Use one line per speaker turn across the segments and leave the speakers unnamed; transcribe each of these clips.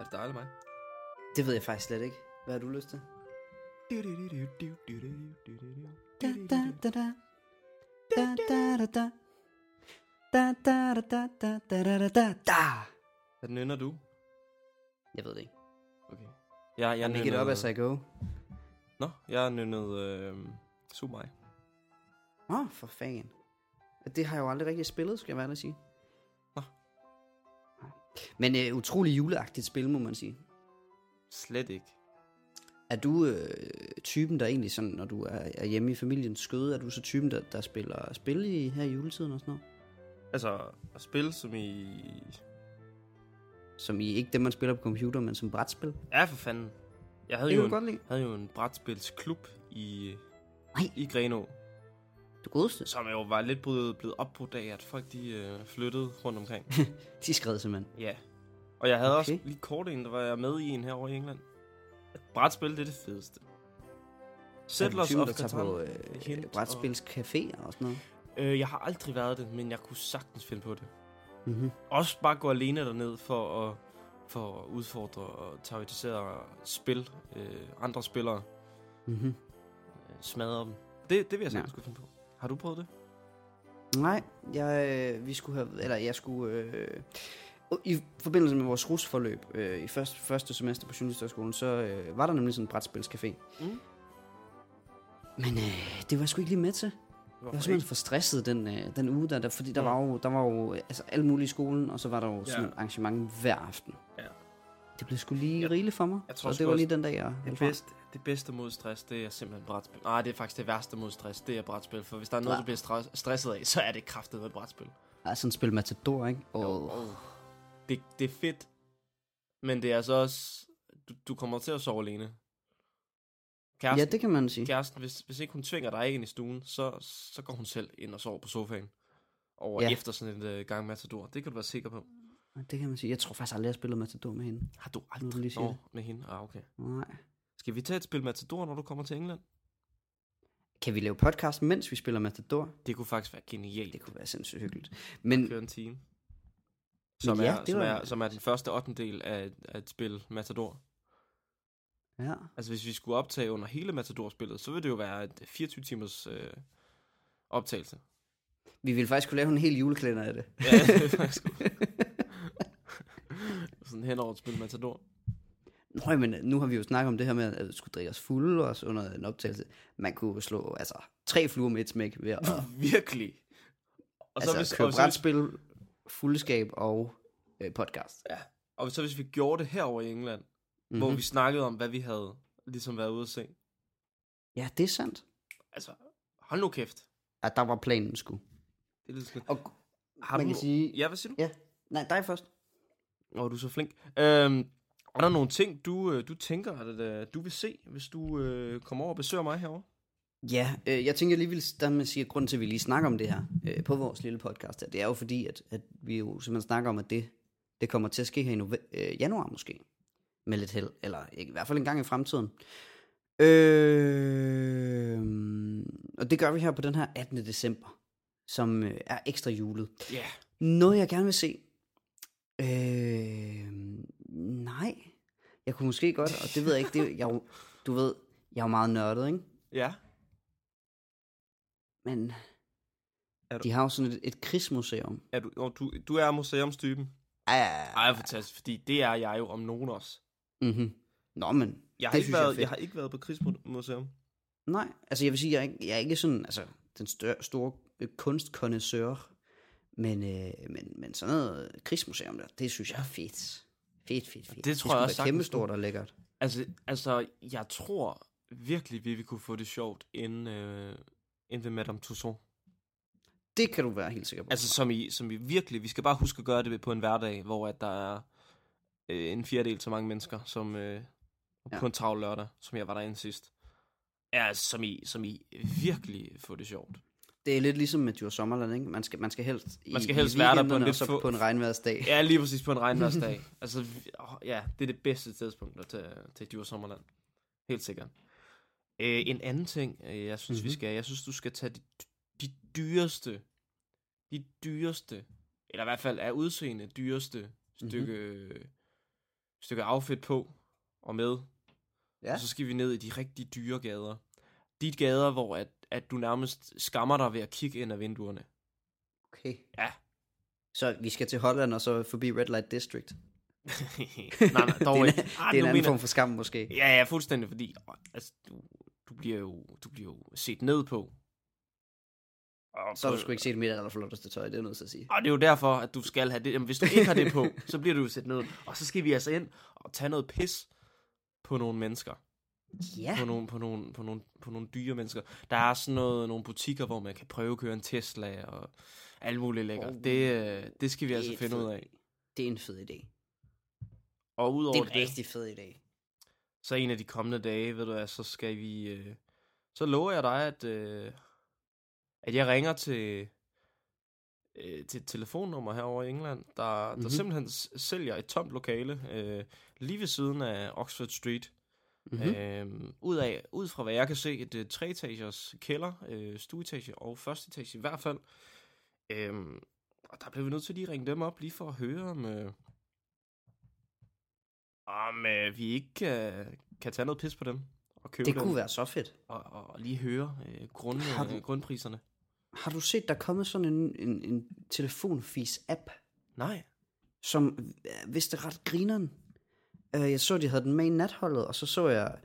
Er det dig eller mig?
Det ved jeg faktisk slet ikke. Hvad har du lyst til?
Da, da, da, da. Da, da, da, da. Da, da, da, da, da, da, da, da, da, da.
Hvad nynner du?
Jeg ved det ikke.
Okay. Ja, jeg
Jeg Make it
nynnede-
up as I go.
Nå, jeg nynnede øh, Sumai.
Åh, oh, for fanden. Det har jeg jo aldrig rigtig spillet, skal jeg være ærlig at sige.
Nå.
Nej. Men øh, utrolig juleagtigt spil, må man sige.
Slet ikke.
Er du øh, typen, der egentlig sådan, når du er, er hjemme i familiens skøde, er du så typen, der, der spiller spil i, her i juletiden og sådan noget?
Altså, at spille som i...
Som i ikke det, man spiller på computer, men som brætspil?
Ja, for fanden. Jeg havde
Det
jo
kan du
en,
godt lide.
havde jo en brætspilsklub i,
Nej.
i Grenå,
Du godeste.
som jo var lidt blevet, blevet opbrudt af, at folk de øh, flyttede rundt omkring.
De skred simpelthen.
ja. Og jeg havde okay. også
Okay.
lige kort en, der var jeg med i en herovre i England. At Brætspil, det er det fedeste. Settlers
typen,
of
der tager
Catan.
på
Hint
øh,
og-
brætspilscaféer og sådan noget.
Øh, jeg har aldrig været det, men jeg kunne sagtens finde på det.
Mm-hmm.
Også bare gå alene derned for at, for at udfordre og terrorisere spil, øh, andre spillere,
Mm-hmm.
øh, smadre dem. Det, det vil jeg sagtens
Ja.
kunne finde på. Har du prøvet det?
Nej, jeg, øh, vi skulle have, eller jeg skulle, øh, i forbindelse med vores rusforløb øh, i første, første semester på Journalisterskolen, så øh, var der nemlig sådan en brætspilscafé.
Mm.
Men øh, det var jeg sgu ikke lige med til. Jeg var simpelthen for stresset den, øh, den uge, der, der, fordi der
Nå.
var jo, der var jo øh, altså, alt muligt i skolen, og så var der jo sådan
Ja.
et arrangement hver aften.
Ja.
Det blev sgu lige
Ja.
rigeligt for mig,
Jeg tror
så
sgu
det var
også,
lige den dag, jeg holdt
Det
fra.
bedste, det bedste mod stress, det er simpelthen brætspil. Nej, det er faktisk det værste mod stress, det er brætspil. For hvis der er noget,
Ja.
du bliver stres- stresset af, så er det kraftet med brætspil.
Ja, sådan et spil Matador, ikke? Og
Oh. Det, det er fedt, men det er altså også... Du, du kommer til at sove alene. Kæresten,
ja, det kan man sige.
kæresten, hvis, hvis ikke hun tvinger dig ind i stuen, så, så går hun selv ind og sover på sofaen. Og
Ja.
ja. efter sådan en øh, gang matador. Det kan du være sikker på.
Ja, Det kan man sige. Jeg tror faktisk aldrig, jeg har spillet Matador med hende.
Har du
Nu du lige
aldrig
siger
Nå,
det.
med hende? Ah, okay.
Nej.
Skal vi tage et spil matador, når du kommer til England?
Kan vi lave podcast, mens vi spiller Matador?
Det kunne faktisk være genialt.
Det kunne være sindssygt hyggeligt. Men
køre en time. Som,
ja,
ja,
det
er, som,
var-
er, som er den første ottendel af, af et spil Matador.
ja,
Altså hvis vi skulle optage under hele Matador-spillet, så ville det jo være et 24 timers øh, optagelse.
vi ville faktisk kunne lave en hel juleklænder af det.
Ja, det er faktisk sådan hen over et spil Matador.
Nå, men øh, nu har vi jo snakket om det her med, at vi skulle drikke os fulde og under en optagelse. Man kunne jo slå altså, tre fluer med et smæk ved at
Virkelig. Og så,
altså,
hvis,
købe
og, så hvis,
brætspil, fuldskab og øh, podcast.
og så hvis vi gjorde det herover i England, mm-hmm.
Mm-hmm.
hvor vi snakkede om, hvad vi havde ligesom været ude at se.
Ja, det er sandt.
Altså, hold nu kæft.
At der var planen sgu.
Det er lidt sådan...
Og,
Har
man
du...
kan sige-
Ja, hvad siger du?
ja, nej, dig først.
Åh, oh, du er så flink. Øhm, er der nogle ting, du, øh, du tænker, at øh, du vil se, hvis du øh, kommer over og besøger mig herover?
Ja, øh, jeg tænker, jeg lige vil starte med at sige, at grunden til, at vi lige snakker om det her øh, på vores lille podcast her, det er jo fordi, at, at vi jo simpelthen snakker om, at det, det kommer til at ske her i nove- øh, januar måske, med lidt held, eller ikke, i hvert fald en gang i fremtiden. Øh, og det gør vi her på den her 18. december, som øh, er ekstra julet.
Ja. Yeah.
Noget, jeg gerne vil se? Øh, nej. Jeg kunne måske godt, og det ved jeg ikke. Det, er jo- jeg, er jo- du ved, jeg er jo meget nørdet, ikke?
Ja.
Men
Er du-
de har jo sådan et, et krigsmuseum.
Er du, oh, du, du er museumstypen.
Ah,
Ej, fantastisk, fordi det er jeg jo om nogen også.
mm-hmm. Nå, men
Jeg har,
det
ikke
synes jeg er
været, jeg,
fedt.
jeg har ikke været på krigsmuseum.
Nej, altså jeg vil sige, jeg er ikke, jeg er ikke sådan, altså den stør, store kunstkondensør, men, øh, men, men sådan noget krigsmuseum der, det synes jeg er fedt. Fedt, fedt, fedt.
tror jeg også
Det skulle være
sagtens,
kæmpestort og lækkert.
Altså, altså, jeg tror virkelig, vi vil kunne få det sjovt inden, øh, inden ved Madame Tussauds.
Det kan du være helt sikker på.
Altså, som i, som i virkelig, vi skal bare huske at gøre det på en hverdag, hvor at der er øh, en fjerdedel så mange mennesker, som øh,
Ja.
ja. på en travl lørdag, som jeg var derinde sidst. Ja, altså, som i, som i virkelig få det sjovt.
Det er lidt ligesom med Djurs Sommerland, ikke? Man skal, man skal helst, i,
Man skal helst
i
være der på en
weekenden, og
lidt
så
få-
på en regnværsdag.
Ja, lige præcis på en regnværsdag. altså, vi- åh, ja, det er det bedste tidspunkt at tage til Djurs Sommerland. Helt sikkert. Øh, en anden ting, øh, jeg synes, mm-hmm. vi
Mhm.
skal, jeg synes, du skal tage de, de dyreste, de
Mhm.
dyreste, eller i hvert fald af udseende dyreste stykke mm-hmm. stykke outfit på og med.
Ja.
Og så skal vi ned i de rigtig dyre gader. De gader, hvor at, at du nærmest skammer dig ved at kigge ind ad vinduerne.
Okay.
Ja.
Så vi skal til Holland og så forbi Red Light District.
nej, nej, dog
det er,
ikke.
en,
Ah, nu
det er en anden
mener-
form for skam måske.
Ja, ja, fuldstændig, fordi åh, altså, du, du, bliver jo, du bliver jo set ned på. Og
Så har
på-
du sgu ikke set mit allerflotteste tøj, det er jeg nødt til at sige.
Og det er jo derfor, at du skal have det. Jamen, hvis du ikke har det på, så bliver du jo set ned. Og så skal vi altså ind og tage noget pis på nogle mennesker.
Ja.
På nogle, på nogle, på nogle, på nogle dyre mennesker. Der er sådan noget, nogle butikker, hvor man kan prøve at køre en Tesla og alt muligt lækkert.
Oh,
Oh, det, øh, det skal vi
det er
altså
et
finde
fed-
ud af.
Det er en fed idé.
Og
Det
udover
er
det,
en rigtig fed idé.
så en af de kommende dage, ved du hvad, så skal vi... Øh, så lover jeg dig, at, øh, at jeg ringer til, øh, til et telefonnummer herovre i England, der, mm-hmm. der
Mhm.
simpelthen s- sælger et tomt lokale øh, lige ved siden af Oxford Street.
Mm-hmm.
Mm-hmm. Øh, ud, af, ud fra hvad jeg kan se, et øh, treetagers kælder, øh, stueetage og første etage i hvert fald. Øh, og der blev vi nødt til lige at ringe dem op, lige for at høre om... Øh, om øh, vi ikke kan, kan tage noget pis på dem og købe
Det
dem,
kunne være så fedt.
Og, og lige høre øh, grund,
Har du-
øh, grundpriserne.
Har du set, der er kommet sådan en, en, en telefonfis-app,
Nej.
som øh, vist er ret grineren? Øh, Jeg så, de havde den med i natholdet, og så så jeg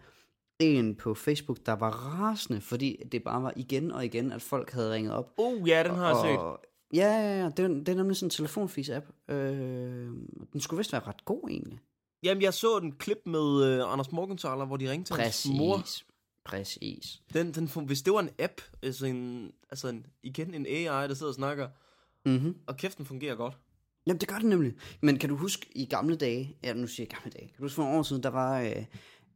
en på Facebook, der var rasende, fordi det bare var igen og igen, at folk havde ringet op.
Oh ja, den har jeg set.
Og, ja, ja, ja, det, er- det er nemlig sådan en telefonfis-app. Øh, den skulle vist være ret god egentlig.
Jamen, jeg så den klip med øh, Anders Morgenthaler, hvor de ringte til hans mor.
Præcis. Præcis.
Den, den, fun- hvis det var en app, altså, en, altså en, igen en AI, der sidder og snakker,
Mm-hmm.
og kæft, den fungerer godt.
Jamen, det gør det nemlig. Men kan du huske i gamle dage, ja, nu siger jeg gamle dage, kan du huske for nogle år siden, der var øh,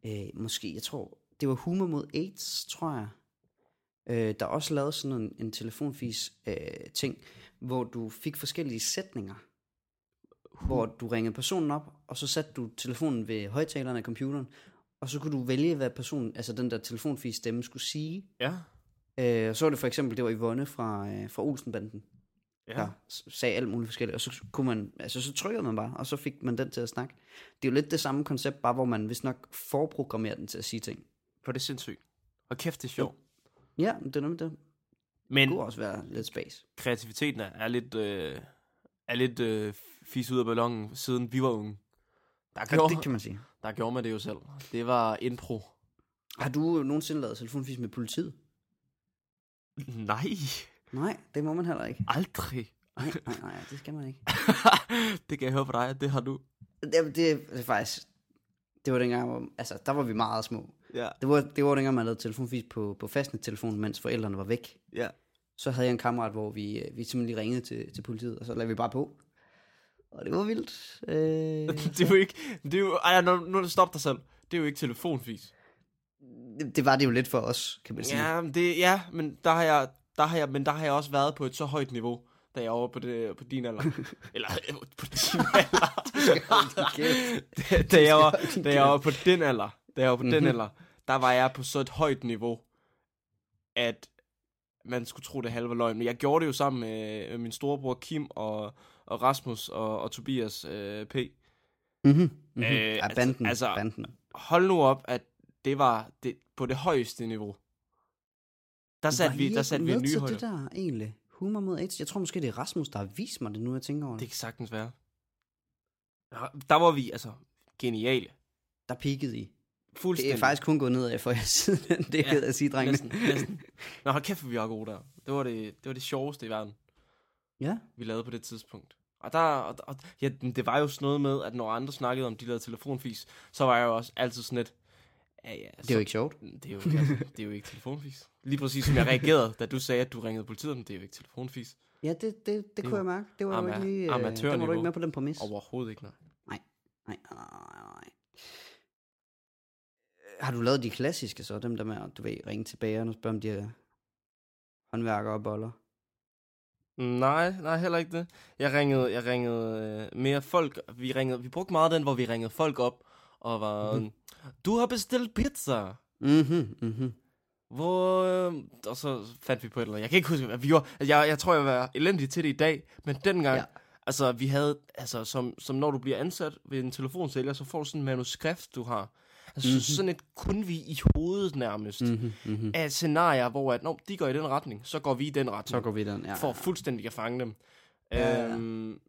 øh, måske, jeg tror, det var Humor mod AIDS, tror jeg, øh, der også lavede sådan en, en telefonfis øh, ting, hvor du fik forskellige sætninger, hvor du ringede personen op, og så satte du telefonen ved højtaleren af computeren, og så kunne du vælge, hvad personen, altså den der telefonfis stemme skulle sige.
Ja.
Øh, og så var det for eksempel, det var Yvonne fra, øh, fra Olsenbanden,
Ja.
der s- sagde alt muligt forskelligt, og så kunne man, altså så trykkede man bare, og så fik man den til at snakke. Det er jo lidt det samme koncept, bare hvor man vist nok forprogrammerer den til at sige ting.
For det er sindssygt. Og kæft, det er sjovt.
Ja, det er nemlig det. Det
Men
kunne også være lidt space.
kreativiteten er, er lidt, øh, er lidt øh, fis ud af ballonen, siden vi var unge. Der
Ja,
gjorde,
det kan man sige.
der gjorde man det jo selv. Det var impro.
Har du nogensinde lavet telefonfis med politiet?
Nej,
Nej, det må man heller ikke.
aldrig.
Nej, nej, nej, det skal man ikke.
det kan jeg høre på dig, at det har du.
Det, det, det er faktisk, det var dengang, hvor, altså der var vi meget små.
Ja,
Det var, det var dengang, man lavede telefonfis på, på fastnettelefonen, mens forældrene var væk.
ja.
så havde jeg en kammerat, hvor vi, øh, vi simpelthen lige ringede til, til politiet, og så lagde vi bare på. Og det var vildt. Øh,
det er jo ikke... Det er jo, ej, nu, nu stop dig selv. Det er jo ikke telefonfis.
det, det var det jo lidt for os, kan man sige.
Ja, men det, ja men, der har jeg, der har jeg, men der har jeg også været på et så højt niveau, da jeg var over på, det, på din alder. Eller øh, på din alder. da, da, jeg var, da jeg var på den alder, da jeg var på den
Mhm.
alder, der var jeg på så et højt niveau, at man skulle tro det halve løgn. Men jeg gjorde det jo sammen med min storebror Kim og, og Rasmus og, og Tobias øh, P.
Mm-hmm. Mm-hmm.
Øh,
Øh, ja, banden, altså,
altså-
banden.
Hold nu op, at det var det, på det højeste niveau. Der satte
Var
vi,
I
der
ikke
satte vi
med
nye
til
højder.
det der egentlig? Humor mod AIDS. Jeg tror måske, det er Rasmus, der har vist mig det nu, jeg tænker over det.
Det kan sagtens være. Nå, Der var vi, altså, geniale.
Der peakede I. Det
Fuldstændig.
er faktisk kun gået nedad for jer siden. Det
Ja,
er ja, at sige, drengene.
næsten, næsten. Nå, hold kæft, hvor vi var gode der. Det var det, det var det sjoveste i verden,
Ja.
vi lavede på det tidspunkt. Og der, og, og, ja, det var jo sådan noget med, at når andre snakkede om, de lavede telefonfis, så var jeg jo også altid sådan lidt, ja, ja,
Det er jo ikke sjovt.
Det er jo, ikke- altså, det er jo ikke telefonfis. Lige præcis som jeg reagerede, da du sagde, at du ringede politiet, men det er jo ikke telefonfis.
Ja, det, det, det kunne jeg mærke. Det var jo
ama-
ikke lige... Øh, der var du
amatørniveau.
ikke med på den præmis.
Overhovedet ikke, nej.
Nej, nej, nej. Har du lavet de klassiske så, dem der med at du ved, ringe til bageren og spørge, om de er håndværkere og boller?
Nej, nej, heller ikke det. Jeg ringede, jeg ringede øh, mere folk. Vi, ringede, vi brugte meget den, hvor vi ringede folk op og var... Mm. Du har bestilt pizza.
Mhm, mhm.
Hvor... Øh, og så fandt vi på et eller andet. Jeg kan ikke huske, hvad vi gjorde. Altså, Jeg, jeg tror, jeg var elendig til det i dag, men dengang...
Ja.
Ja. Altså, vi havde, altså, som, som når du bliver ansat ved en telefonsælger, så får du sådan et manuskript, du har. Altså, mm-hmm. sådan et kun vi i hovedet nærmest, mm-hmm.
Mhm, mhm.
af scenarier, hvor at, Nå, de går i den retning, så går vi i den retning.
Så går vi den, ja.
for fuldstændig at fange dem. Øhm,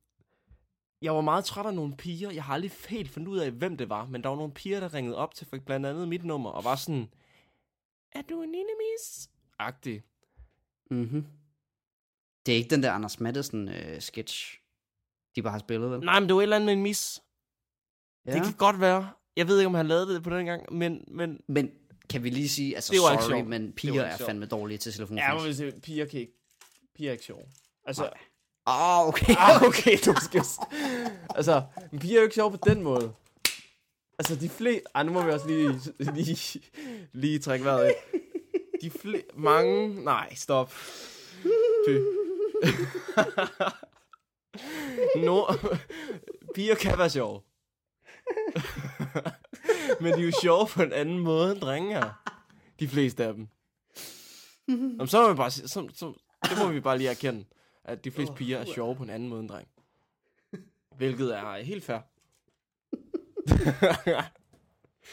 jeg var meget træt af nogle piger. Jeg har aldrig helt fundet ud af, hvem det var, men der var nogle piger, der ringede op til for blandt andet mit nummer, og var sådan, er du en enemies? Agtig.
Mm-hmm. Det er ikke den der Anders Maddelsen-sketch, de bare har spillet, vel?
Nej, men det var et eller andet med en mis. Ja.
ja.
Det kan godt være. Jeg ved ikke, om han lavede det på den gang, men... men
Men kan vi lige sige, altså
Det var ikke
sorry,
sjovt.
men
Det
piger
var ikke
er
sjovt.
fandme dårlige til
ja,
telefonfest.
men hvis det- piger kan ikke... Piger er ikke sjove. Altså,
Nej. Åh, okay.
ah, okay, du skal... altså, men piger er jo ikke sjove på den måde. Altså, de fleste... Ej, nu må vi også lige, lige, lige trække vejret ind. De flere... Mange... Nej, stop. Fy. no... Piger kan være sjove. Men de er jo sjove på en anden måde end drenge er. De fleste af dem. Jamen, så, må vi bare, sige- så, så, det må vi bare lige erkende, at de fleste piger er sjove på en anden måde end drenge. Hvilket er helt fair.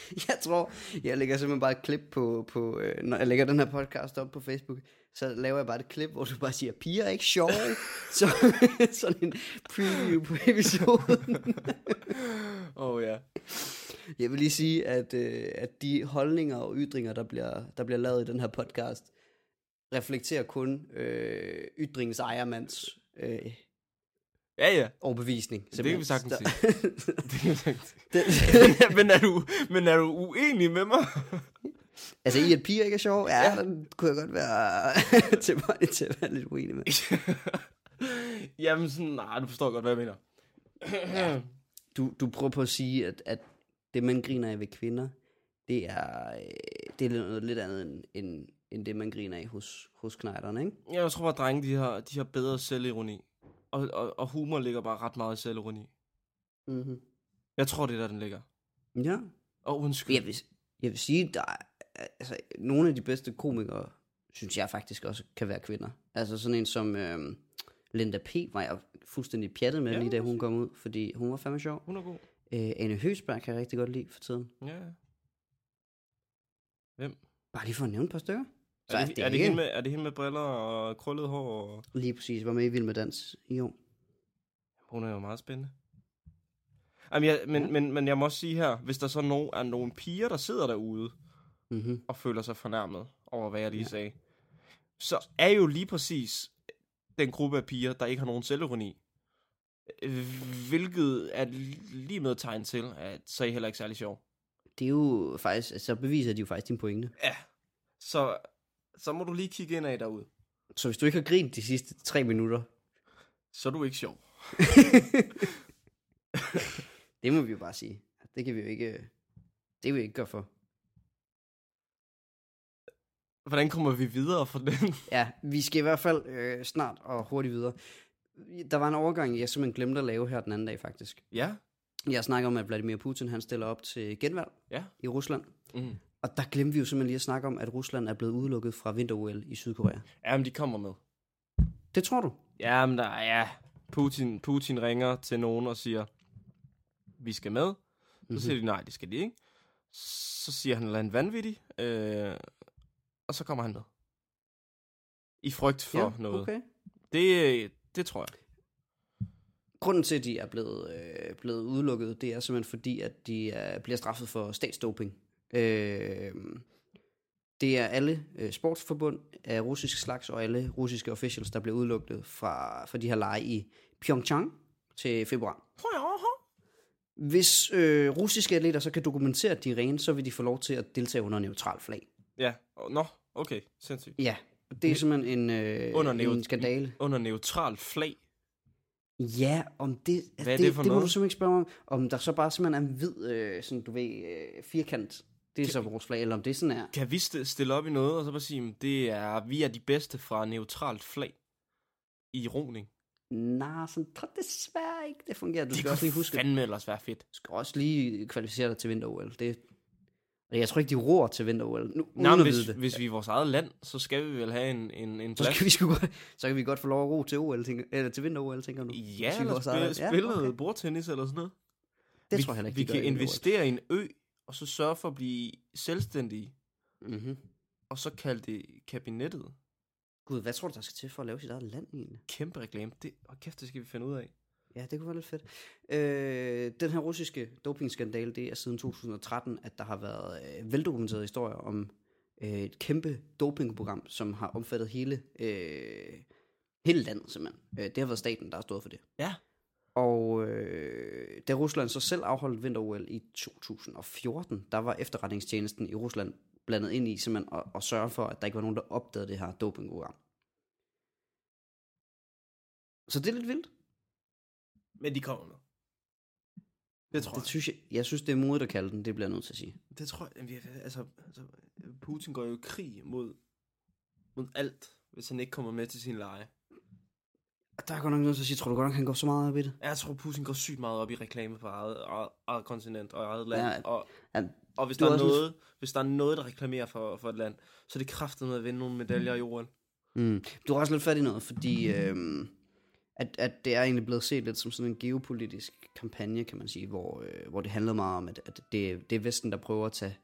Jeg tror, jeg lægger simpelthen bare et klip på, på øh, når jeg lægger den her podcast op på Facebook, så laver jeg bare et klip, hvor du bare siger, piger er ikke sjove. så, sådan en preview på episoden.
Åh oh, ja.
Jeg vil lige sige, at, øh, at de holdninger og ytringer, der bliver, der bliver lavet i den her podcast, reflekterer kun øh, ytringens ejermands øh,
Ja, ja.
overbevisning.
Det kan vi sagtens sige.
sige.
Det kan jeg sagtens sige.
Den,
men, er du, men er du uenig med mig?
altså i, at piger ikke er sjove, ja, ja. den kunne jeg godt være tilbøjelig til at være lidt uenig med.
Jamen sådan, nej, du forstår godt, hvad jeg mener.
Du, du prøver på at sige, at, at det, man griner af ved kvinder, det er, øh, det er noget lidt andet end, end, end det, man griner af hos, hos knejderne, ikke?
Jeg tror bare, at drenge de har, de har bedre selvironi. Og, og, og humor ligger bare ret meget i selvironi.
Mm-hmm.
Jeg tror, det er der, den ligger.
Ja.
Og oh, undskyld.
Jeg vil, jeg vil sige, der er, altså, nogle af de bedste komikere, synes jeg faktisk også, kan være kvinder. Altså sådan en som øh, Linda P. var jeg fuldstændig pjattet med, ja,
Ja,
lige da hun kom ud, fordi hun var fandme sjov.
Hun er god.
Øh, Anne Høsberg kan jeg rigtig godt lide for tiden.
Ja, ja.
Bare lige for at nævne et par stykker. Så
Er det, er, det hende med, er det hende med briller og krøllet hår? Og...
Lige præcis, var med i Vild Med Dans i år.
Hun er jo meget spændende. Jamen, jeg, men, men, men jeg må også sige her, hvis der så no, er nogle piger, der sidder derude
Mm-hmm.
og føler sig fornærmet over, hvad jeg lige ja. sagde, så er jo lige præcis den gruppe af piger, der ikke har nogen selvironi. Øh, Hvilket er li- lige med et tegn til, at så er I heller ikke særlig sjov.
Det er jo faktisk, altså, så beviser de jo faktisk din pointe.
Ja, så, så må du lige kigge ind af derude.
Så hvis du ikke har grint de sidste tre minutter,
Så er du ikke sjov.
det må vi jo bare sige. Det kan vi jo ikke, øh, det kan vi ikke gøre for.
Hvordan kommer vi videre fra den?
Ja, vi skal i hvert fald øh, snart og hurtigt videre. Der var en overgang, jeg simpelthen glemte at lave her den anden dag faktisk.
ja,
Jeg snakker om, at Vladimir Putin han stiller op til genvalg
ja.
i Rusland.
Mm.
Og der glemte vi jo simpelthen lige at snakke om, at Rusland er blevet udelukket fra vinter-OL i Sydkorea.
Jamen, de kommer med.
Det tror du?
Ja, men der er... Ja. Putin, Putin ringer til nogen og siger, vi skal med. Så
Mhm.
mm-hmm. siger de, nej, det skal de ikke. Så siger han, at han vanvittig. Øh, og så kommer han med. I frygt for ja, noget. Okay.
okay.
Det, det tror jeg.
Grunden til, at de er blevet, øh, blevet udelukket, det er simpelthen fordi, at de er, bliver straffet for statsdoping. Øh, det er alle øh, sportsforbund af russisk slags og alle russiske officials, der bliver udelukket fra, fra de her lege i Pyeongchang til februar. Hvis øh, russiske atleter så kan dokumentere, at de er rene, så vil de få lov til at deltage under neutral flag.
Ja, Åh, nå, okay, sindssygt.
Ja, det er simpelthen en, øh,
Mm. Under neut-
en skandale.
Under neutral flag.
Ja, om det,
Hvad er
det,
det for
det må
noget?
du simpelthen ikke spørge mig om. Om der så bare simpelthen er en hvid, øh, sådan du ved, øh, firkant, det er så vores flag, eller om det sådan er.
Kan vi st- stille op i noget, og så bare sige, "Men det er, vi er de bedste fra neutralt flag i roning.
Nej, sådan tror jeg desværre ikke, det fungerer. Du
Det
skal også lige
kunne
huske,
fandme ellers være fedt.
du skal også lige kvalificere dig til vinter-OL. Det, Jeg tror ikke, de roer til vinter-OL. Nu,
Nå,
uden
men
at
hvis,
vide det.
hvis vi er vores eget land, så skal vi vel have en, en, en
Så,
plads.
skal vi sgu godt, så kan vi godt få lov at ro til, OL, tænker, eller til vinter-OL, tænker du?
Ja,
Til
eller
vores eget
spille,
land. Ja,
spille
okay.
noget bordtennis eller sådan noget.
Det
vi,
tror jeg heller ikke,
Vi
de
kan
gør i
investere i en ø, og så sørge for at blive selvstændige,
OL. Mhm.
og så kalde det kabinettet.
Gud, hvad tror du, der skal til for at lave sit eget land egentlig?
Kæmpe reklame. Det, og kæft, det skal vi finde ud af.
Ja, det kunne være lidt fedt. Øh, den her russiske dopingskandale, det er siden 2013, at der har været øh, veldokumenterede historier om øh, et kæmpe dopingprogram, som har omfattet hele, øh, hele landet simpelthen. Øh, det har været staten, der har stået for det.
Ja.
Og øh, da Rusland så selv afholdt vinter-OL i 2014, der var efterretningstjenesten i Rusland blandet ind i simpelthen at, at sørge for, at der ikke var nogen, der opdagede det her dopingprogram. Så det er lidt vildt.
Men de kommer med. Det tror
Det synes jeg, jeg synes, det er modigt at kalde den, det bliver jeg nødt til at sige.
jeg. Det tror jeg. vi- Altså, altså, Putin går jo i krig mod, mod alt, hvis han ikke kommer med til sin leje.
Der er godt nok nødt til at sige, tror du godt nok, han går så meget op i det?
Jeg tror, Putin går sygt meget op i reklame for eget, eget, eget kontinent og eget land.
Ja,
Ja, og,
ja,
og hvis,
du
der
er
er
også en-
noget, hvis der er noget, der reklamerer for, for et land, så er det kraftet med at vinde nogle medaljer i jorden.
Mm. Du har også lidt fat i noget, fordi øhm, at, at det er egentlig blevet set lidt som sådan en geopolitisk kampagne, kan man sige, hvor, øh, hvor det handler meget om, at, at det, det er Vesten, der prøver at tage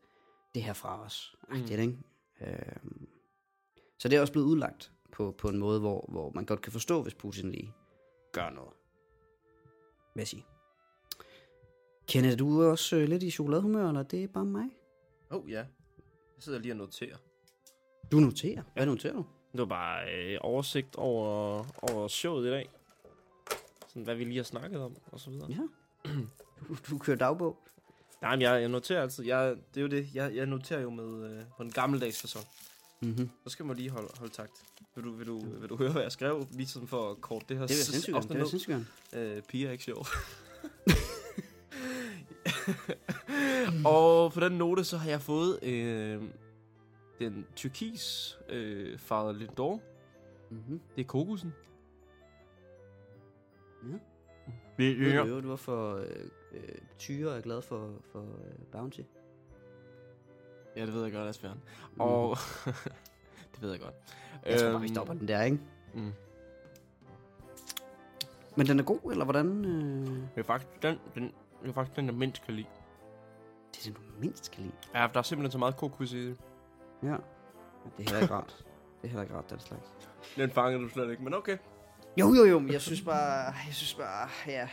det her fra os. Mm. Det er det, ikke? Øhm, så det er også blevet udlagt på, på en måde, hvor, hvor man godt kan forstå, hvis Putin lige gør noget. Hvad jeg sige? Kenneth, er du også øh, lidt i chokoladehumør, eller det er bare mig?
Åh oh, ja. Jeg sidder lige og noterer.
Du noterer. Hvad noterer du?
Det var bare øh, oversigt over, over showet i dag. Sådan, hvad vi lige har snakket om, og så videre.
Ja. Du, du kører dagbog.
Nej, men jeg, jeg noterer altid. Jeg, det er jo det. Jeg, jeg noterer jo med øh, på en gammeldags fasong.
Mm-hmm.
Så skal man lige holde, holde takt. Vil du, vil, du, vil du høre, hvad jeg skrev? Lige sådan for at kort det her
Det er sindssygt. gerne. Det er
ned.
sindssygt. gerne.
Øh, piger er ikke sjov. og på den note, så har jeg fået øh, den tyrkis øh, Father Lindor.
Mhm.
Det er kokosen.
Ja.
Det,
Ved du i øvrigt, hvorfor øh, øh, tyre er glad for, for øh, Bounty?
Ja, det ved jeg godt, Asbjørn. Og... det ved Mm. jeg godt.
Mhm. Jeg tror bare, vi
Øhm,
stopper den der, ikke?
Mm.
Men den er god, eller hvordan? Øh...
Det er faktisk den, den, det er faktisk den, jeg mindst kan lide.
Det er den, du mindst kan lide.
Ja, for der er simpelthen så meget kokos i det.
Ja. Det er heller ikke rart. Det er heller ikke rart, den slags.
Den fangede du slet ikke, men okay.
Jo, jo, jo, men jeg synes bare, jeg synes bare, ja.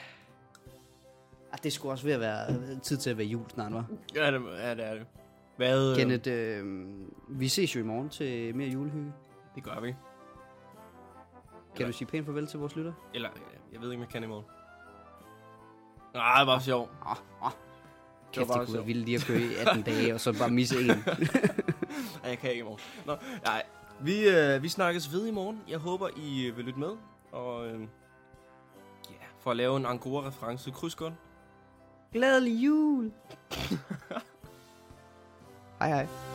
Ah, det skulle også ved at være øh, tid til at være jul snart, var.
Ja, det, ja, det er det. Hvad?
Kenneth, øh, vi ses jo i morgen til mere julehygge.
Det gør vi.
Kan du sige pænt farvel til vores lytter?
Eller, øh, jeg ved ikke, om jeg kan i morgen. Nej, det var sjov.
Åh, åh.
Det var bare
Kæft, det kunne være
sjovt.
vildt lige at køre i 18 dage, og så bare misse en.
Nej, jeg kan ikke i morgen. Nå, nej. Vi, øh, vi snakkes ved i morgen. Jeg håber, I øh, vil lytte med. Og øh, ja, for at lave en Angora-reference. Kryds godt.
Glædelig jul! hej hej.